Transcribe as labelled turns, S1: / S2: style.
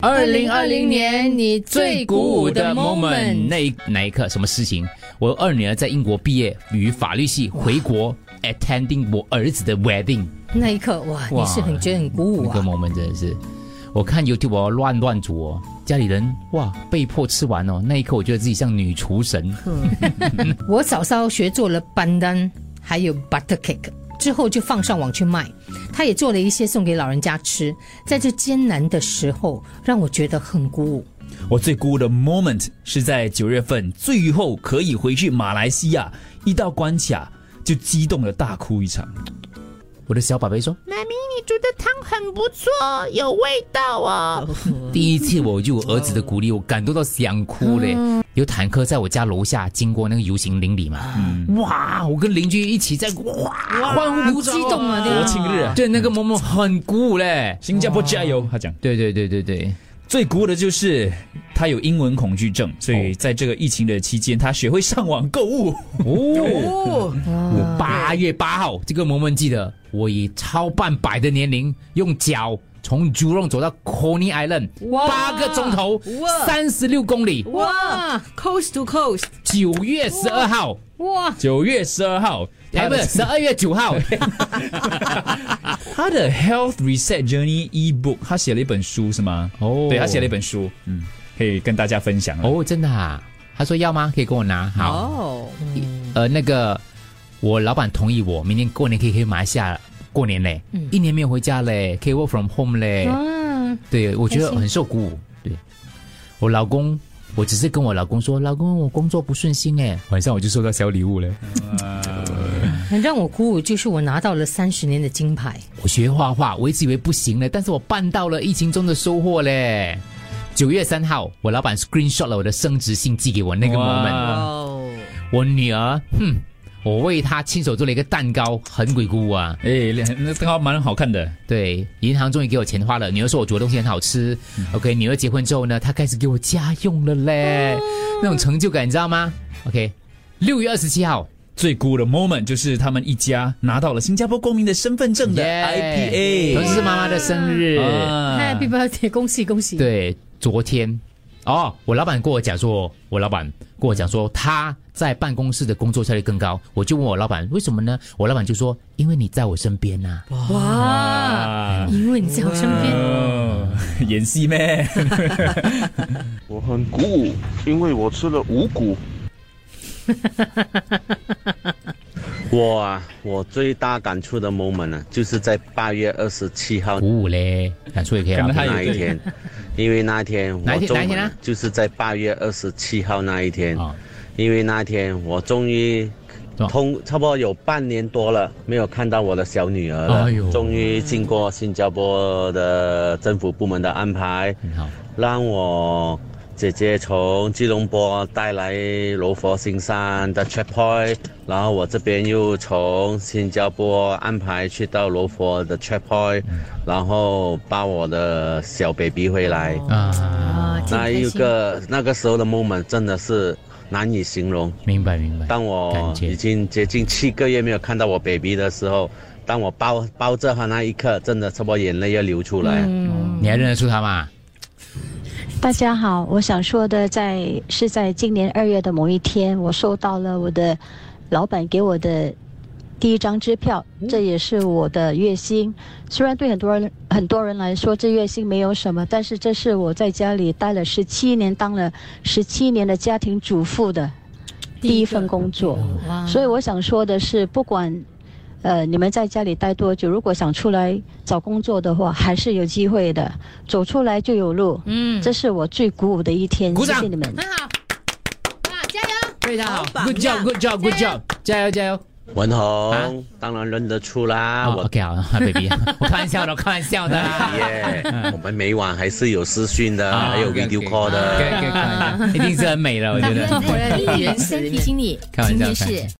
S1: 二零二零年你最
S2: 最
S1: 鼓
S2: 鼓
S1: 舞
S2: 舞
S1: 的
S2: 的
S1: moment
S2: moment 那一哪一刻？什么事情？我二女儿在英国毕业，与法律系回国，attending 我儿子的 wedding。
S1: 那一刻，哇，
S2: 哇
S1: 你是很觉得很鼓舞
S2: 那个
S1: 啊！
S2: moment 真的是，我看 YouTube 哦乱乱煮哦，家里人哇被迫吃完哦，那一刻我觉得自己像女厨神。
S1: 我嫂嫂学做了班丹，还有 butter cake，之后就放上网去卖。她也做了一些送给老人家吃，在这艰难的时候，让我觉得很鼓舞。
S3: 我最孤的 moment 是在九月份，最后可以回去马来西亚，一到关卡就激动的大哭一场。
S2: 我的小宝贝说，
S4: 妈咪，你煮的汤很不错，有味道哦。
S2: 第一次我就有儿子的鼓励，我感动到想哭嘞。有坦克在我家楼下经过那个游行邻里嘛，
S3: 嗯
S2: 哇！我跟邻居一起在哇欢呼
S1: 好激动啊对啊
S3: 国庆日啊，
S2: 对，那个 moment 很鼓舞嘞。
S3: 新加坡加油！他讲
S2: 对对对对对，
S3: 最孤的就是他有英文恐惧症，所以在这个疫情的期间，他学会上网 购物。
S2: 哦，
S4: 哦，
S2: 我八月八号这个 moment 记得，我以超半百的年龄，用脚从 Jurong 走到 Coney Island，
S1: 哇
S2: 八个钟头
S4: 哇，
S2: 三十六公里。
S1: 哇
S4: ，coast to coast，
S2: 九月十二号，
S1: 哇！
S3: 九月十二号，
S2: 哎，
S3: 他
S2: 不
S3: 的
S2: 是十二月九号，
S3: 他的 Health Reset Journey eBook，他写了一本书是吗？
S2: 哦
S3: 对他写了一本书，嗯，可以跟大家分享哦。
S2: 哦，真的啊？他说要吗？可以给我拿。好，
S4: 哦，
S2: 呃，那个我老板同意我，明年过年可以回马来西亚过年嘞，一年没有回家嘞，可以 work from home 嘞。
S1: 啊，
S2: 对，我觉
S1: 开
S2: 得
S1: 心
S2: 很受鼓舞。对，我老公，我只是跟我老公说，老公，我工作不顺心哎，晚上我就收到小礼物了。
S1: 很让我鼓舞就是我拿到了三十年的金牌。
S2: 我学画画，我一直以为不行了，但是我办到了疫情中的收获嘞。九月三号，我老板 screenshot 了我的升职信寄给我那个
S3: 哇
S2: moment。
S4: 哦，
S2: 我女儿，哼，我为她亲手做了一个蛋糕，很鬼谷啊。
S3: 哎，那那他蛮好看的。
S2: 对，银行终于给我钱花了。女儿说我煮的东西很好吃。OK，女儿
S3: 嗯
S2: 结婚之后呢，她开始给我家用了
S3: 哦
S2: 嘞，那种成就感你知道吗？OK，六月二十七号，
S3: 最孤的 moment 就是他们一家拿到了新加坡公民的身份证的
S2: Yeah，
S3: IPA，
S2: 同时是妈妈的生日。
S3: 啊
S1: Happy birthday！恭喜恭喜！，
S2: 对，昨天，哦，我老板跟我讲说，我老板跟我讲说他在办公室的工作效率更高。我就问我老板为什么呢？我老板就说因为你在我身边啊呐、
S1: 哇！
S3: 啊，
S1: 因为你在我身边，
S3: 哦演戏咩？
S5: 我很鼓舞，因为我吃了五谷。
S6: 我啊，我最大感触的 moment 呢、就是在八月二十七号
S2: 鼓舞嘞，感触也可以啊
S3: 可能
S2: 啦。
S3: 他
S6: 那
S3: 也
S6: 一
S3: 对
S6: 天，因为那一天
S2: 哪一
S6: 我
S2: 天
S6: 中
S2: 哪一天
S6: 文
S2: 啊
S6: 就是在八月二十七号那一天，
S2: 啊
S6: 因为那天我终于
S2: 是吧
S6: 通差不多有半年多了没有看到我的小女儿了，
S2: 哎呦
S6: 终于经过新加坡的政府部门的安排，
S2: 很好，
S6: 让我姐姐从吉隆坡带来柔佛新山的 checkpoint，然后我这边又从新加坡安排去到柔佛的 checkpoint，然后抱我的小 baby 回来。
S2: 啊，
S1: 啊，真
S6: 那
S1: 开
S6: 一
S1: 心
S6: 个那个时候的 moment 真的是难以形容。
S2: 明白明白。
S6: 当我
S2: 感觉
S6: 已经接近七个月没有看到我 baby 的时候，当我抱抱着他那一刻，真的差不多眼泪要流出来。
S2: 嗯
S1: 嗯
S2: 你还认得出他吗？
S7: 大家好，我想说的在是在今年二月的某一天，我收到了我的老板给我的第一张支票，这也是我的月薪。虽然对很多人 很多人来说这月薪没有什么，但是这是我在家里待了十七年，当了十七年的家庭主妇的第一份工作。嗯
S1: 哇！
S7: 所以我想说的是，不管呃你们在家里待多久，如果想出来找工作的话，还是有机会的，走出来就有路。
S1: 嗯，
S7: 这是我最鼓舞的一天，
S2: 鼓
S7: 谢
S2: 掌
S7: 谢你们。
S1: 很好，哇，加油！
S2: 非常好
S4: 好榜样
S2: ，Good job，Good job，Good job，加油加油！
S6: 文宏，
S2: 啊
S6: 当然认得出啦，
S2: 啊
S6: 我
S2: ，OK 好，baby，我开玩笑的，我开玩笑的 啦。
S6: 耶， 我们每晚还是有私讯的，
S2: 啊
S6: 还有
S2: OK，OK
S6: video call 的。
S2: 可以可以，可以一定是很美了，我觉得。
S8: 我的丽人身提醒你，
S2: 开玩
S8: 今天
S2: 笑开玩
S8: 是
S2: 笑